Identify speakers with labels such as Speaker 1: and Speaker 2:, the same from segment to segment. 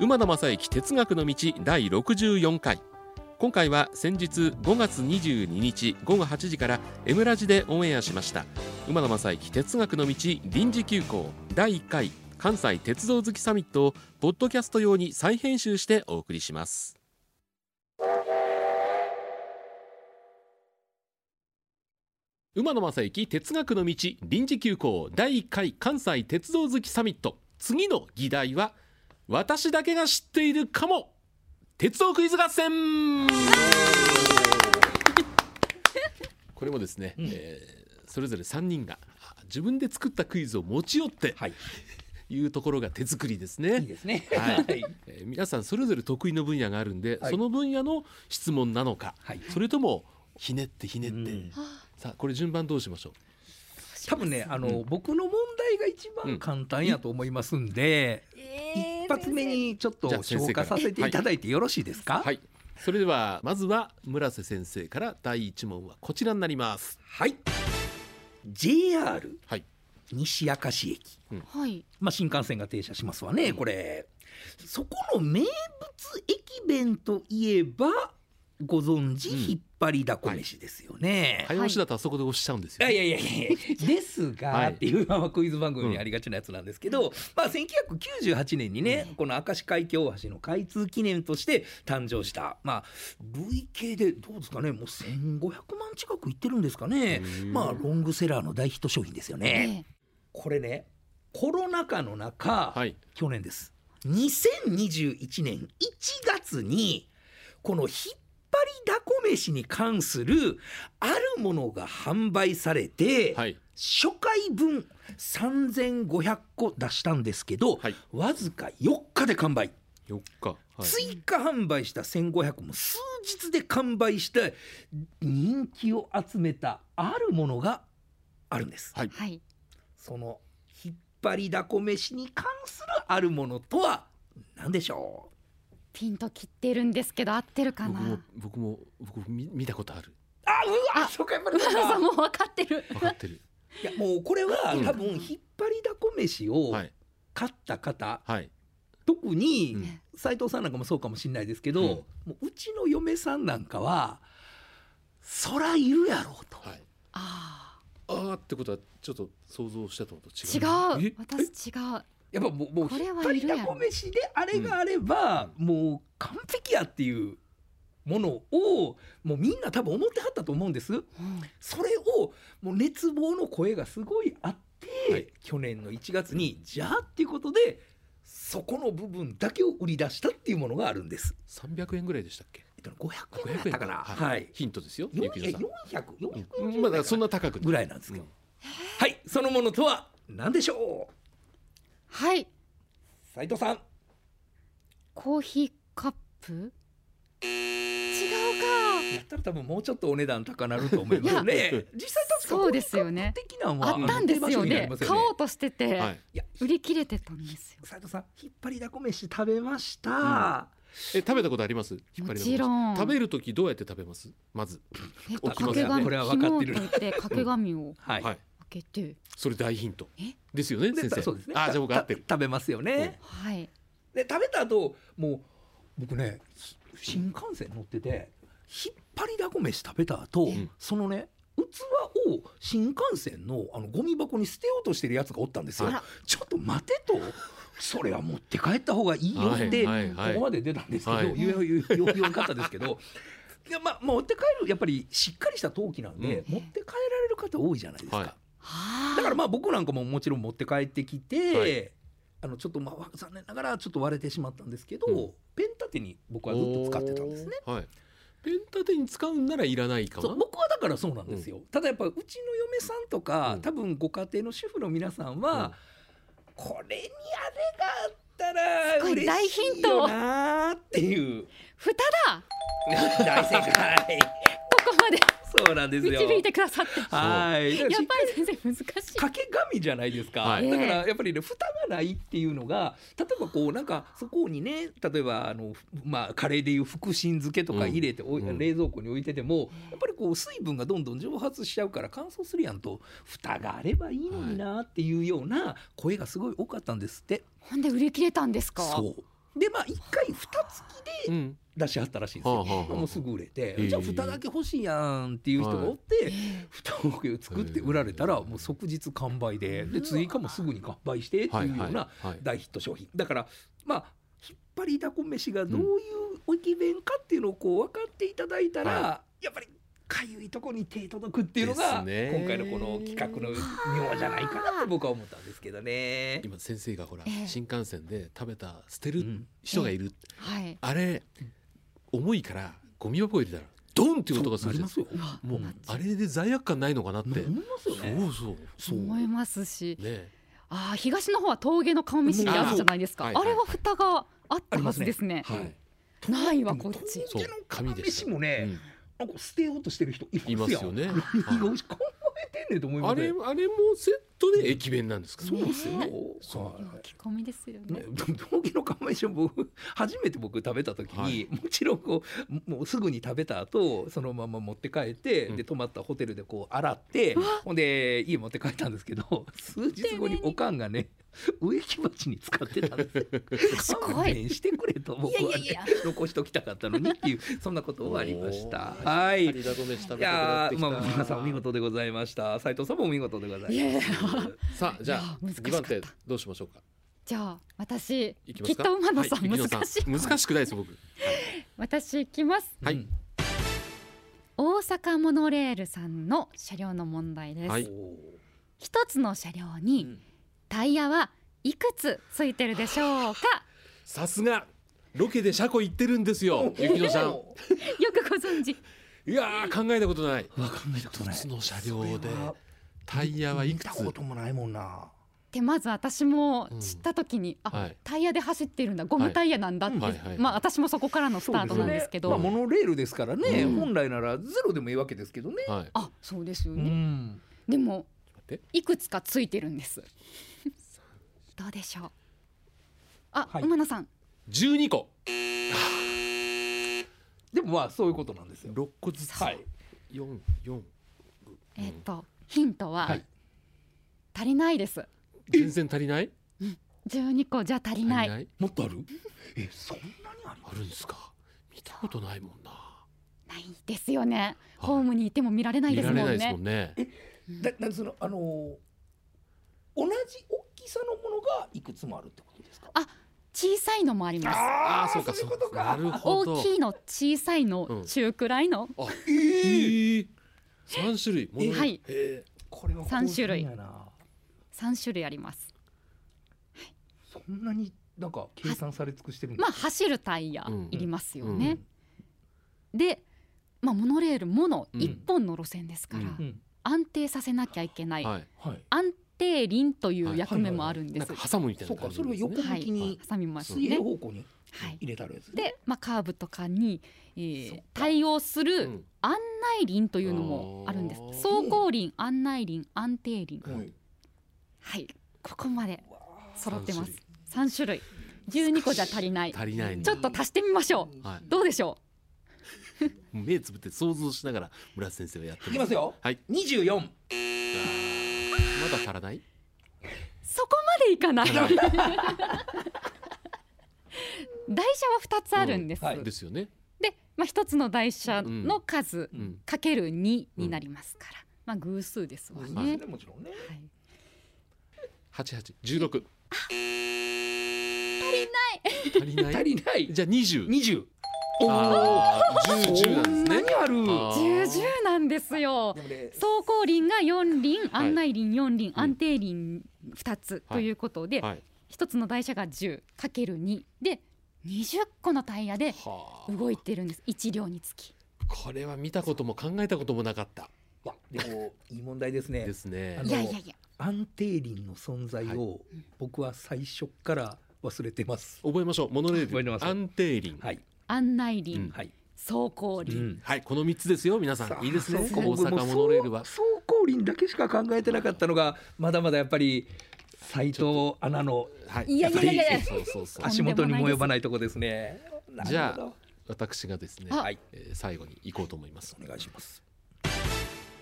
Speaker 1: 馬田正幸哲学の道第64回今回は先日5月22日午後8時から M ラジでオンエアしました馬田正幸哲学の道臨時休校第1回関西鉄道好きサミットをポッドキャスト用に再編集してお送りします馬野正幸哲学の道臨時休校第1回関西鉄道好きサミット次の議題は私だけが知っているかも鉄道クイズ合戦 これもですね、えーそれぞれ3人が自分で作ったクイズを持ち寄って、
Speaker 2: はい。
Speaker 1: いうところが手作りですね。
Speaker 2: いいですね。
Speaker 1: はい、えー皆さんそれぞれ得意の分野があるんで、
Speaker 2: はい
Speaker 1: その分野の質問なのか、
Speaker 2: はい
Speaker 1: それともひねってひねって、
Speaker 2: うん
Speaker 1: さあこれ順番どうしましょう
Speaker 2: 多分ね、あの、僕の問題が一番簡単やと思いますんで、
Speaker 3: えー
Speaker 2: 一発目にちょっと
Speaker 1: じゃあ先生か
Speaker 2: 消化
Speaker 1: ら
Speaker 2: させていただいてよろしいですか。
Speaker 1: はいそれではまずは村瀬先生から第一問はこちらになります
Speaker 2: はい。JR
Speaker 1: はい
Speaker 2: 西明石駅。
Speaker 3: はい
Speaker 2: まあ、新幹線が停車しますわね、これ。そこの名物駅弁といえば、ご存知、
Speaker 1: うん
Speaker 2: 引っ張りだこ飯ですよね。
Speaker 1: 早押しだとあそこで押しちゃうんです
Speaker 2: い
Speaker 1: よ、
Speaker 2: やいやいやいや ですが、
Speaker 1: はい
Speaker 2: っていうままクイズ番組にありがちなやつなんですけど、まあ、1998年にね、この明石海峡大橋の開通記念として誕生した、まあ、累計でどうですかねもう1500万近くいってるんですかね、
Speaker 1: うん
Speaker 2: まあ、ロングセラーの大ヒット商品ですよね。
Speaker 3: え
Speaker 2: これねコロナ禍の中、
Speaker 1: はい
Speaker 2: 去年です2021年1月にこの引っ張りだこ飯に関するあるものが販売されて、
Speaker 1: はい
Speaker 2: 初回分3500個出したんですけど、
Speaker 1: はい
Speaker 2: わずか4日で完売、
Speaker 1: 4日、はい、
Speaker 2: 追加販売した1500も数日で完売して人気を集めたあるものがあるんです。
Speaker 1: はい
Speaker 3: ーはい
Speaker 2: その引っ張りだこ飯に関するあるものとは何でしょう
Speaker 3: ピンと切ってるんですけど合ってるか
Speaker 1: 僕も
Speaker 3: な
Speaker 1: 僕も僕見見たことある
Speaker 2: あうわそうかやっぱりそう
Speaker 3: そう
Speaker 2: か
Speaker 3: もう分かってる
Speaker 1: 分かってる
Speaker 2: いやもうこれは
Speaker 1: うん
Speaker 2: 多分引っ張りだこ飯を
Speaker 1: はい
Speaker 2: 買った方、
Speaker 1: はい
Speaker 2: 特
Speaker 1: う
Speaker 2: に
Speaker 1: ん
Speaker 2: 斉藤さんなんかもそうかもしれないですけど、
Speaker 1: う
Speaker 2: うんもううちの嫁さんなんかはそらいるやろうと、
Speaker 1: はい
Speaker 3: あ
Speaker 1: あーってことはちょっと想像したのと違
Speaker 3: ー
Speaker 1: う
Speaker 3: 違う
Speaker 1: え
Speaker 3: 私違う
Speaker 2: やっぱもうもう
Speaker 3: これ
Speaker 2: 引っ
Speaker 3: は
Speaker 2: 張
Speaker 3: い
Speaker 2: り
Speaker 3: るやろ
Speaker 2: だこ飯であれがあれば、もう完璧やっていうものをもうみんな多分思ってはったと思うんです。
Speaker 3: うん
Speaker 2: それをもう熱望の声がすごいあって、
Speaker 1: はい
Speaker 2: 去年の1月にじゃあっていうことでそこの部分だけを売り出したっていうものがあるんです。
Speaker 1: 300円ぐらいでしたっけ
Speaker 2: えっと500
Speaker 1: 500
Speaker 2: 円だ
Speaker 1: 円
Speaker 2: ったかな。
Speaker 1: はい
Speaker 2: はい。
Speaker 1: ヒントですよ
Speaker 2: 400
Speaker 1: ゆきのさん
Speaker 2: 440
Speaker 1: うんまだそんな高くない
Speaker 2: ぐらいなんですけど、
Speaker 1: うん
Speaker 2: はいそのものとは何でしょう
Speaker 3: はい
Speaker 2: 斉藤さん
Speaker 3: コーヒーカップ違う
Speaker 2: やったら多分もうちょっとお値段高なると思います
Speaker 1: いや
Speaker 2: ね実際確か
Speaker 3: そうですよね
Speaker 2: コーヒーカップ的なの
Speaker 3: かあ
Speaker 2: は
Speaker 3: ったんですよ
Speaker 2: 定番商品にな
Speaker 3: ね
Speaker 2: ります
Speaker 3: 買おうとしてて、
Speaker 1: はい、
Speaker 2: いや
Speaker 3: 売り切れてたんですよ
Speaker 2: 斉藤さん引っ張りだこ飯食べました、
Speaker 1: え食べたことあります引っ張りだこ飯
Speaker 3: もちろん
Speaker 1: 食べる時どうやって食べますまず
Speaker 3: え
Speaker 1: 起きます
Speaker 3: 掛け
Speaker 1: よね
Speaker 3: 紙
Speaker 2: これは分かっ
Speaker 3: 紐を
Speaker 2: てる
Speaker 3: 解いて掛け紙を
Speaker 2: は
Speaker 1: はいい、
Speaker 3: 開けて
Speaker 1: それ大ヒント
Speaker 3: え
Speaker 1: ですよね
Speaker 2: で
Speaker 1: 先生
Speaker 2: そうですね。
Speaker 1: あーじゃあ僕
Speaker 2: た
Speaker 1: 合ってる
Speaker 2: た食べますよね。
Speaker 3: はい
Speaker 2: で食べた後もう僕ねし新幹線乗ってて引っ張りだこ飯食べた後、
Speaker 1: ん
Speaker 2: そのね器を新幹線のあのゴミ箱に捨てようとしてるやつがおったんですよ
Speaker 3: あら。
Speaker 2: ちょっと待てと。それは持って帰った方がいいよって、
Speaker 1: はいはいはい
Speaker 2: ここまで出たんですけど、
Speaker 1: は
Speaker 2: よ
Speaker 1: い
Speaker 2: よよよよかったですけど。いやまあ、持って帰るやっぱりしっかりした陶器なんで、
Speaker 3: うん
Speaker 2: 持って帰られる方多いじゃないですか、
Speaker 1: はい
Speaker 3: はあ
Speaker 2: だからまあ僕なんかももちろん持って帰ってきて、
Speaker 1: はい
Speaker 2: あのちょっとまあ残念ながらちょっと割れてしまったんですけど、
Speaker 1: うん
Speaker 2: ペン立てに僕はずっと使ってたんですね。
Speaker 1: おーはいペン立てに使うんならいらないか
Speaker 2: そう
Speaker 1: な
Speaker 2: 僕はだからそうなんですよ、ただやっぱうちの嫁さんとか、
Speaker 1: うん
Speaker 2: 多分ご家庭の主婦の皆さんは、これにあれがあったら
Speaker 3: すごい
Speaker 2: 嬉しいよなーっていう
Speaker 3: 蓋だ
Speaker 2: 大正解
Speaker 3: ここまで
Speaker 2: そうなんですよ
Speaker 3: 導いてくださって
Speaker 2: はい
Speaker 3: やっぱり先生難しい
Speaker 2: 掛け紙じゃないですか、
Speaker 1: はい
Speaker 2: だからやっぱりね蓋がないっていうのが例えばこうなんかそこにね例えばあの、まあ、カレーでいう福神漬けとか入れて、おい
Speaker 1: うん
Speaker 2: 冷蔵庫に置いててもやっぱりこう水分がどんどん蒸発しちゃうから乾燥するやんと蓋があればいいのになっていうような声がすごい多かったんですって、
Speaker 3: ほんで売り切れたんですか
Speaker 2: そうでまあ一回蓋付きで
Speaker 1: うん
Speaker 2: 出しはったらしいんですよ、
Speaker 1: はあはあはあ
Speaker 2: もうすぐ売れて、
Speaker 1: え
Speaker 2: じゃあ蓋だけ欲しいやんっていう人がおって、蓋を作って売られたらもう即日完売でで追加もすぐに完売してって
Speaker 1: はい
Speaker 2: いうよ
Speaker 1: は
Speaker 2: う
Speaker 1: い
Speaker 2: な
Speaker 1: はい
Speaker 2: 大ヒット商品だからまあ引っ張りだこ飯がどういう駅弁かっていうのをこう分かっていただいたら、
Speaker 1: は
Speaker 2: やっぱりかゆいとこに手届くっていうのが今
Speaker 1: ですね
Speaker 2: 回のこの企画の妙じゃないかなって僕は思ったんですけどね。
Speaker 1: 今先生がほら
Speaker 3: ええ
Speaker 1: 新幹線で食べた捨て
Speaker 2: う
Speaker 1: る
Speaker 2: ん
Speaker 1: 人がいる
Speaker 3: はい。
Speaker 1: あれ重いからゴミ箱入れたらドンっていう音がするじゃないです
Speaker 2: そうなり
Speaker 3: う
Speaker 2: ま
Speaker 3: わ
Speaker 1: かもうあれで罪悪感ないのかなって
Speaker 2: すよ。思いますよね。
Speaker 1: そうそ
Speaker 3: 思いますし、
Speaker 1: ね
Speaker 3: ああ東の方は峠の顔見知りあるじゃないですか。
Speaker 1: あ
Speaker 3: あ
Speaker 1: そうはい
Speaker 3: れは蓋があったはずですね。
Speaker 2: はい。
Speaker 3: ないわこっち。
Speaker 1: そう
Speaker 2: でも
Speaker 1: 紙でした
Speaker 2: 峠の釜飯もね、
Speaker 1: うん
Speaker 2: なんか捨てようとしてる人いますよ。
Speaker 1: いますよ ね
Speaker 2: 何が美味しい考えてんねんと思いま
Speaker 1: あ
Speaker 2: すね
Speaker 1: れあれもセットで駅弁なんですか
Speaker 2: そうですよ
Speaker 3: ね。
Speaker 1: そう
Speaker 2: はい
Speaker 3: 聞き込みですよ
Speaker 2: ね
Speaker 3: ね。、
Speaker 2: 峠の釜飯を僕初めて僕食べた時に、
Speaker 1: はい
Speaker 2: もちろんこうもうすぐに食べた後そのまま持って帰って、
Speaker 1: うん
Speaker 2: で泊まったホテルでこう洗って、ほんで家持って帰ったんですけど数日後におかんがね植木鉢に使ってたんですよ。
Speaker 3: 賢い
Speaker 2: 勘弁してくれと僕はね
Speaker 3: いやいやいや
Speaker 2: 残しときたかったのにっていうそんなことはありました。
Speaker 1: おー
Speaker 2: はい
Speaker 1: ありだごめ食べた
Speaker 2: い
Speaker 1: くなっ
Speaker 2: や
Speaker 1: て
Speaker 2: ー、
Speaker 1: きた
Speaker 2: まあ、皆さんお見事でございました。斉藤さんもお見事でございます。
Speaker 3: いやいや
Speaker 1: さあじゃ
Speaker 3: いや
Speaker 1: あ
Speaker 3: 難しか
Speaker 1: 二
Speaker 3: った
Speaker 1: 番手どうしましょうか
Speaker 3: じゃあ私
Speaker 1: いきます
Speaker 3: きっ
Speaker 1: か
Speaker 3: と馬野さん、
Speaker 1: はい雪乃
Speaker 3: 難しい。
Speaker 1: 難しくないです僕
Speaker 3: 私行きます。
Speaker 1: はい
Speaker 2: うん
Speaker 3: 大阪モノレールさんの車両の問題です。
Speaker 1: は
Speaker 2: お
Speaker 1: い
Speaker 2: ー
Speaker 3: 一つの車両
Speaker 2: う
Speaker 3: に
Speaker 2: ん
Speaker 3: タイヤはいくつついてるでしょうか。
Speaker 1: さすがロケで車庫行ってるんですよ雪乃さん
Speaker 3: よくご存知。
Speaker 1: いやー考えたことない
Speaker 2: わかんないことない。
Speaker 1: 一つの車両で
Speaker 2: それは
Speaker 1: タイヤはいく
Speaker 2: 見
Speaker 1: つ
Speaker 2: たこともないもんな。
Speaker 3: でまず私も知った時に、あ、
Speaker 1: はい
Speaker 3: タイヤで走ってるんだゴムタイヤなんだって、
Speaker 1: はいはい
Speaker 3: まあ私もそこからのスタートなんですけど
Speaker 2: そうですねまあ、モノレールですからね、
Speaker 1: うん
Speaker 2: 本来ならゼロでもいいわけですけどね。
Speaker 1: はい待
Speaker 3: あそうですよ
Speaker 2: う
Speaker 3: ね、
Speaker 2: ん。
Speaker 3: でも
Speaker 1: って
Speaker 3: いくつかついてるんです どうでしょうあ、
Speaker 2: はい
Speaker 3: 馬野さん
Speaker 1: 12個
Speaker 2: でもまあそういうことなんですよ。
Speaker 1: 6個ずつ
Speaker 2: はい。
Speaker 1: 四四
Speaker 3: えっ、とヒントは、
Speaker 1: はい
Speaker 3: 足りないです
Speaker 1: 全然足りない
Speaker 3: 12個じゃ足りない
Speaker 1: 足り
Speaker 2: もっとある？え、そんなにある？
Speaker 1: あるんですか見たことないもんな
Speaker 3: ないですよね、
Speaker 1: はい
Speaker 3: ホームにいても見られない
Speaker 1: 見
Speaker 3: です
Speaker 1: ら
Speaker 3: も
Speaker 1: れなんいですも
Speaker 3: ね
Speaker 1: んね
Speaker 2: だ、なんそのあのー同じ大きさのものがいくつもあるってことですか？
Speaker 3: あ小さいのもあります
Speaker 1: あ
Speaker 2: あ
Speaker 1: あーそうかそ
Speaker 2: そ
Speaker 1: う
Speaker 2: いううこと
Speaker 1: かな。
Speaker 2: か
Speaker 1: るほど
Speaker 3: 大きいの小さいの、
Speaker 1: うん
Speaker 3: 中くらいの
Speaker 1: あ
Speaker 2: え
Speaker 1: え
Speaker 2: ー
Speaker 1: え三種類もの
Speaker 3: はい
Speaker 1: え
Speaker 2: これは
Speaker 3: 三種類
Speaker 2: 高級やな
Speaker 3: 3種類あります
Speaker 2: そんなになんか計算され尽くしてるんだ
Speaker 3: まあ走るタイヤいりますよ
Speaker 1: あ
Speaker 3: ね、で、まあ、モノレールもの一本の路線ですから、
Speaker 1: うん
Speaker 2: うん。
Speaker 3: 安定させなきゃいけな
Speaker 1: ー
Speaker 3: い、
Speaker 1: はい
Speaker 2: はい。
Speaker 3: 安定輪という役目もあるんで
Speaker 1: なん
Speaker 3: す、
Speaker 1: か挟むみたい
Speaker 2: そ
Speaker 1: な
Speaker 2: うか
Speaker 1: 感、じ
Speaker 2: それ
Speaker 1: な
Speaker 2: を
Speaker 1: んです
Speaker 2: 横
Speaker 1: ね
Speaker 2: 向きに
Speaker 3: 挟みます
Speaker 2: 水平
Speaker 3: ね。
Speaker 2: 方向に
Speaker 3: はい、
Speaker 2: 入れてあるやつね。
Speaker 3: で、まあ、カーブとかに、えー
Speaker 2: そっか
Speaker 3: 対応す
Speaker 1: う
Speaker 3: る
Speaker 1: ん
Speaker 3: 案内輪というのもあるんです
Speaker 1: あー
Speaker 3: 走行輪案内輪安定輪
Speaker 2: はい。
Speaker 3: はいここまで
Speaker 2: わあ
Speaker 3: 揃ってます
Speaker 1: 三
Speaker 3: 3種類12個じゃ足りない
Speaker 1: 足りないね
Speaker 3: ちょっと足してみましょ
Speaker 1: は
Speaker 3: うどうでしょ
Speaker 1: い目つぶって想像しながら村瀬先生がやって
Speaker 2: いきますよ。
Speaker 1: はい
Speaker 2: 二十四。
Speaker 1: まだ足らないう
Speaker 3: そこまでいかない 台車は2つあるんです、
Speaker 2: うんはい
Speaker 1: ですよね
Speaker 3: で、まあ、一つの台車の数
Speaker 1: うん
Speaker 3: かける2になりますから、まあ、偶数ですわ
Speaker 2: そうです
Speaker 3: ね
Speaker 2: ね。もちろんね。
Speaker 3: はい、
Speaker 1: 八八十六足りない足りな
Speaker 2: 足
Speaker 1: い
Speaker 2: りない。
Speaker 1: じゃあ二十
Speaker 2: 二十。
Speaker 1: ああ十十なんですね
Speaker 2: 何ある。
Speaker 1: あー
Speaker 3: 重々なんですよ
Speaker 2: で。もね
Speaker 3: 走行輪が4輪
Speaker 1: い
Speaker 3: 案内輪4輪、
Speaker 1: うん
Speaker 3: 安定輪2つ
Speaker 1: はい
Speaker 3: ということで、
Speaker 1: はい
Speaker 3: 一つの台車が 10×2 で20個のタイヤで
Speaker 1: はあ
Speaker 3: 動いてるんです1両につき。
Speaker 1: これは見たことも考えたこともなかった
Speaker 2: いやでもいい問題です
Speaker 1: で
Speaker 2: ね。
Speaker 1: すね
Speaker 2: あ
Speaker 3: い
Speaker 2: の
Speaker 3: やいやいや
Speaker 2: 安定輪の存在を僕は最初から忘れてます。
Speaker 1: 覚えましょうモノレ
Speaker 2: 覚え
Speaker 1: ー
Speaker 2: てま
Speaker 1: ル
Speaker 2: す
Speaker 1: 安定輪
Speaker 2: はい
Speaker 3: 案内
Speaker 1: う
Speaker 3: 輪、
Speaker 1: ん
Speaker 2: はい。
Speaker 3: 走行輪、
Speaker 1: はいこの三つですよ皆さ
Speaker 2: さあ
Speaker 1: んいいですね
Speaker 2: そう
Speaker 1: 大
Speaker 2: 僕も
Speaker 1: 阪モノレールは
Speaker 2: 走行輪だけしか考えてなかったのがまだまだやっぱり斉藤アナの
Speaker 1: はい
Speaker 3: いやいやいやいや
Speaker 1: やっぱりそうそうそう
Speaker 3: あ
Speaker 2: 足元にも及ばないとこですね。
Speaker 1: じゃあ
Speaker 2: なるほど
Speaker 1: 私がですね
Speaker 3: あ
Speaker 2: はい
Speaker 1: えー最後に行こうと思います
Speaker 2: お願いします。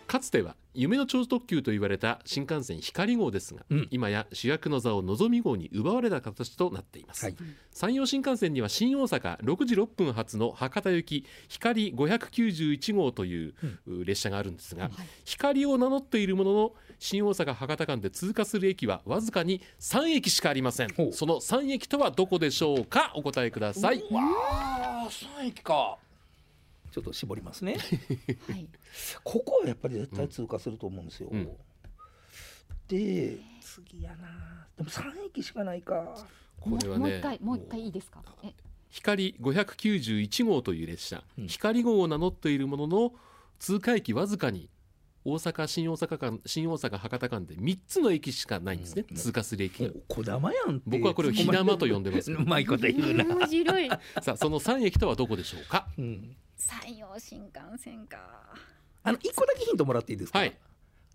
Speaker 1: かつては夢の超特急と言われた新幹線光号ですが、
Speaker 2: うん
Speaker 1: 今や主役の座をのぞみ号に奪われた形となっています、
Speaker 2: はい
Speaker 1: 山陽新幹線には新大阪6時6分発の博多行き光591号というう列車があるんですが、
Speaker 3: はい
Speaker 1: 光を名乗っているものの新大阪博多間で通過する駅はわずかに3駅しかありません
Speaker 2: ほう
Speaker 1: その3駅とはどこでしょうかお答えください
Speaker 2: わあ3駅かちょっと絞りますね
Speaker 3: はい。
Speaker 2: ここはやっぱり絶対通過すると思うんですよ、
Speaker 1: うん
Speaker 2: で次やなでも3駅しかないか
Speaker 1: これはね
Speaker 3: もう一回もう一回いいですか。え、
Speaker 1: 光591号という列車、
Speaker 2: うん
Speaker 1: 光号を名乗っているものの通過駅わずかに大阪新大阪間新大阪博多間で3つの駅しかないんですね、
Speaker 2: うん
Speaker 1: 通過する駅
Speaker 2: も
Speaker 1: が
Speaker 2: う小玉やんって
Speaker 1: 僕はこれを火玉と呼んでますけど
Speaker 2: うまいこと言うな、
Speaker 3: 面 白い。
Speaker 1: さあその3駅とはどこでしょうか
Speaker 2: うん、
Speaker 3: 山陽新幹線か。
Speaker 2: あの一個だけヒントもらっていいですか、
Speaker 1: はい、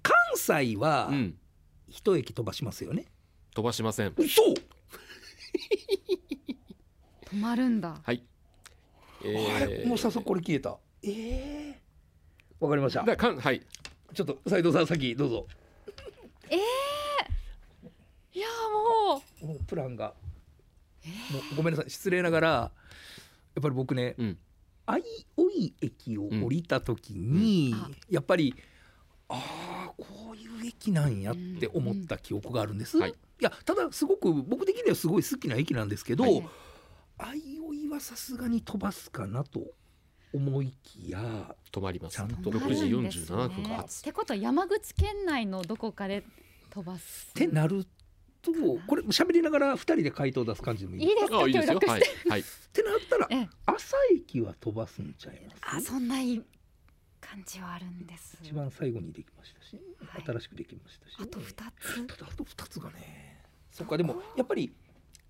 Speaker 2: 関西は
Speaker 1: うん、
Speaker 2: 一駅飛ばしますよね、
Speaker 1: 飛ばしません
Speaker 2: 嘘
Speaker 3: 止まるんだ。
Speaker 1: はい、
Speaker 2: あれもう早
Speaker 1: さ
Speaker 2: 速これ消えたええわかりました
Speaker 1: だかんはい
Speaker 2: ちょっと斉藤さん先どうぞ
Speaker 3: いやーもう。
Speaker 2: もうプランが、もうごめんなさい失礼ながらやっぱり僕ね
Speaker 1: うん
Speaker 2: 相生駅を降りた時に、
Speaker 3: うんあ
Speaker 2: やっぱりああこういう駅なんやって思った記憶があるんです、
Speaker 1: うんはい
Speaker 2: いやただすごく僕的にはすごい好きな駅なんですけど、
Speaker 1: はい
Speaker 2: 相生はさすがに飛ばすかなと思いきや
Speaker 1: 止まります
Speaker 2: ちゃんと
Speaker 3: 止ま
Speaker 1: 6
Speaker 3: るんで
Speaker 1: 時
Speaker 3: すね
Speaker 1: 47分発
Speaker 3: ってことは山口県内のどこかで飛ばす。
Speaker 2: ってなるとこれ喋りながら2人で回答出す感じでもいい
Speaker 3: いいです
Speaker 1: あ
Speaker 3: か
Speaker 1: いい
Speaker 3: 協
Speaker 1: ですよ
Speaker 3: 力し
Speaker 1: はい
Speaker 3: て。、
Speaker 1: はい、
Speaker 2: ってなったら
Speaker 3: ええ、
Speaker 2: 朝駅は飛ばすんちゃいま
Speaker 3: あ
Speaker 2: す
Speaker 3: そんない感じはあるんです。
Speaker 2: 一番最後にできましたし
Speaker 3: はい
Speaker 2: 新しくできましたし
Speaker 3: あと二つ。
Speaker 2: ただあと2つがねそっかでもやっぱり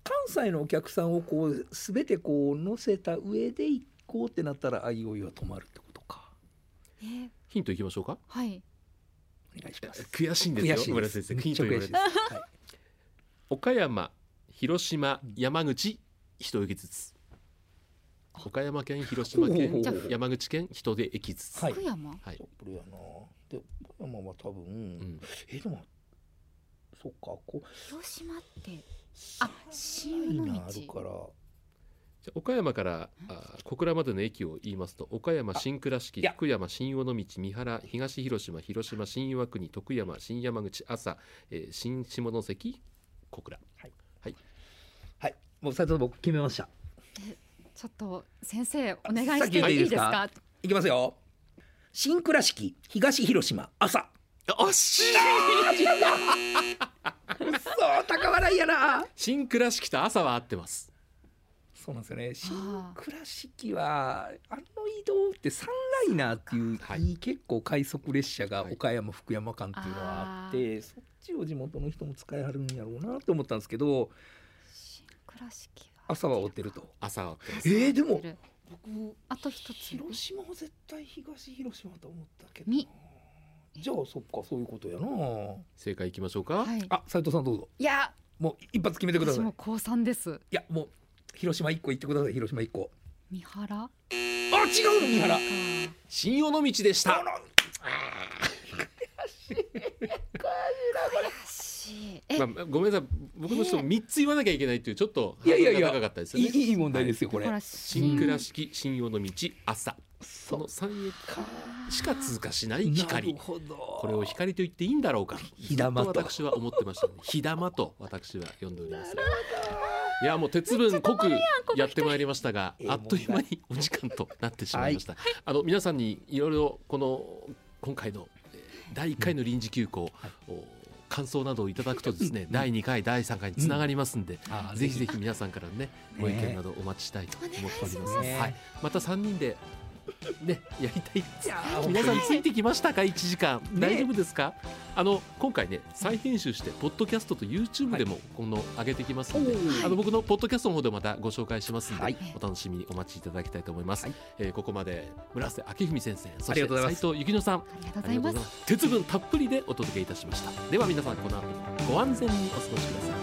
Speaker 2: 関西のお客さんをこう全てこう乗せた上で行こうってなったらあいおいは止まるってことか
Speaker 3: えー、
Speaker 1: ヒントいきましょうか
Speaker 3: はい。
Speaker 2: お願いします
Speaker 1: 悔しいんですよ村瀬先生ヒント言われて
Speaker 2: はい
Speaker 1: 岡山広島山口一駅ずつ岡山県広島
Speaker 2: ほ
Speaker 1: 県
Speaker 2: うほうほう
Speaker 1: 山口県人で駅ずつ、
Speaker 2: はい
Speaker 3: 福山。
Speaker 1: はい
Speaker 2: そっくりやなで岡山は多分、
Speaker 1: うん
Speaker 2: えでもそっかこう
Speaker 3: 広島って。あ
Speaker 2: い
Speaker 3: 新
Speaker 2: い
Speaker 3: 尾
Speaker 2: なあ
Speaker 3: 道
Speaker 2: る。から
Speaker 1: じゃあ岡山からあー小倉までの駅を言いますと岡山新倉敷
Speaker 2: いや
Speaker 1: 福山新尾道三原東広島広島新岩国徳山新山口朝、えー新下関小倉
Speaker 2: はいもう斉藤さん僕決めました
Speaker 3: ちょっと先生お願い
Speaker 2: さっ
Speaker 3: し
Speaker 2: き言っ
Speaker 3: て
Speaker 2: てい
Speaker 3: い
Speaker 2: い
Speaker 3: い
Speaker 2: で
Speaker 3: ですす
Speaker 2: か
Speaker 3: か。
Speaker 2: いきますよ新倉敷東広島 朝
Speaker 1: あし
Speaker 2: そう高笑いやな
Speaker 1: 新倉敷と朝は合ってます
Speaker 2: そうなんですよね新
Speaker 3: あー
Speaker 2: 倉敷はあの移動ってサンライナーっていう、
Speaker 1: はい
Speaker 2: いい結構快速列車が
Speaker 1: はい
Speaker 2: 岡山、福山間っていうのはあってそっちを地元の人も使いはるんやろうなと思ったんですけど
Speaker 3: 新倉敷は。
Speaker 2: 朝は追ってると
Speaker 1: 朝は合ってます
Speaker 2: えー、でも
Speaker 3: てる
Speaker 2: 僕
Speaker 3: あと一つ。
Speaker 2: 広島は絶対東広島と思ったけど
Speaker 3: み
Speaker 2: じゃあそっかそういうことやな
Speaker 1: 正解いきましょうか、
Speaker 3: はい。
Speaker 2: あ斉藤さんどうぞ
Speaker 3: いや
Speaker 2: もう一発決めてくだ
Speaker 3: 私
Speaker 2: さい
Speaker 3: も高三です。
Speaker 2: いやもう広島一個行ってください広島一個
Speaker 3: 三原。
Speaker 2: あ違うの三原
Speaker 1: 新尾道でした
Speaker 3: 悔しい。え、
Speaker 1: まあ、ごめんなさい僕の人も3つ言わなきゃいけないというちょっと
Speaker 2: いやいやい
Speaker 1: ハ
Speaker 2: や
Speaker 1: ードルが高かったですよね
Speaker 2: いいいい問題ですよこれ、
Speaker 3: だから
Speaker 1: 新倉
Speaker 3: 敷
Speaker 1: 敷新尾の道朝その3駅
Speaker 2: か
Speaker 1: しか通過しない光
Speaker 2: なるほど
Speaker 1: これを光と言っていいんだろうか
Speaker 2: 火玉と
Speaker 1: ずっ私は思ってましたね 火玉と私は呼んでおりますいやもう鉄分濃くやってまいりましたが
Speaker 2: ええ
Speaker 1: あっという間にお時間となってしまいました、あの皆さんにいろいろこの今回のえー第1回の臨時休校、お感想などをいただくとですね第2回第3回につながりますんで、
Speaker 2: あー
Speaker 1: ぜひぜひ皆さんからのねご意見などお待ちしたいと思っております。
Speaker 2: お願いします
Speaker 1: はい、また3人でねやりたい
Speaker 2: いやー
Speaker 1: 皆さん
Speaker 2: 本
Speaker 1: ついてきましたか1時間、
Speaker 2: ね
Speaker 1: 大丈夫ですかあの今回ね再編集してポッドキャストと YouTube でもこの上げてきます
Speaker 2: 当
Speaker 1: ので、
Speaker 2: に
Speaker 1: あの僕のポッドキャストの方でまたご紹介しますので、
Speaker 2: はい
Speaker 1: お楽しみにお待ちいただきたいと思います、
Speaker 2: はい
Speaker 1: えーここまで村瀬明文先生そ
Speaker 2: あ
Speaker 1: して
Speaker 2: りがとうござい
Speaker 1: 斉
Speaker 2: ます
Speaker 1: 藤幸乃さん
Speaker 3: ありがとうございます。
Speaker 1: ありがとうございます鉄分たっぷりでお届けいたしましたでは皆さんこの後もご安全にお過ごしください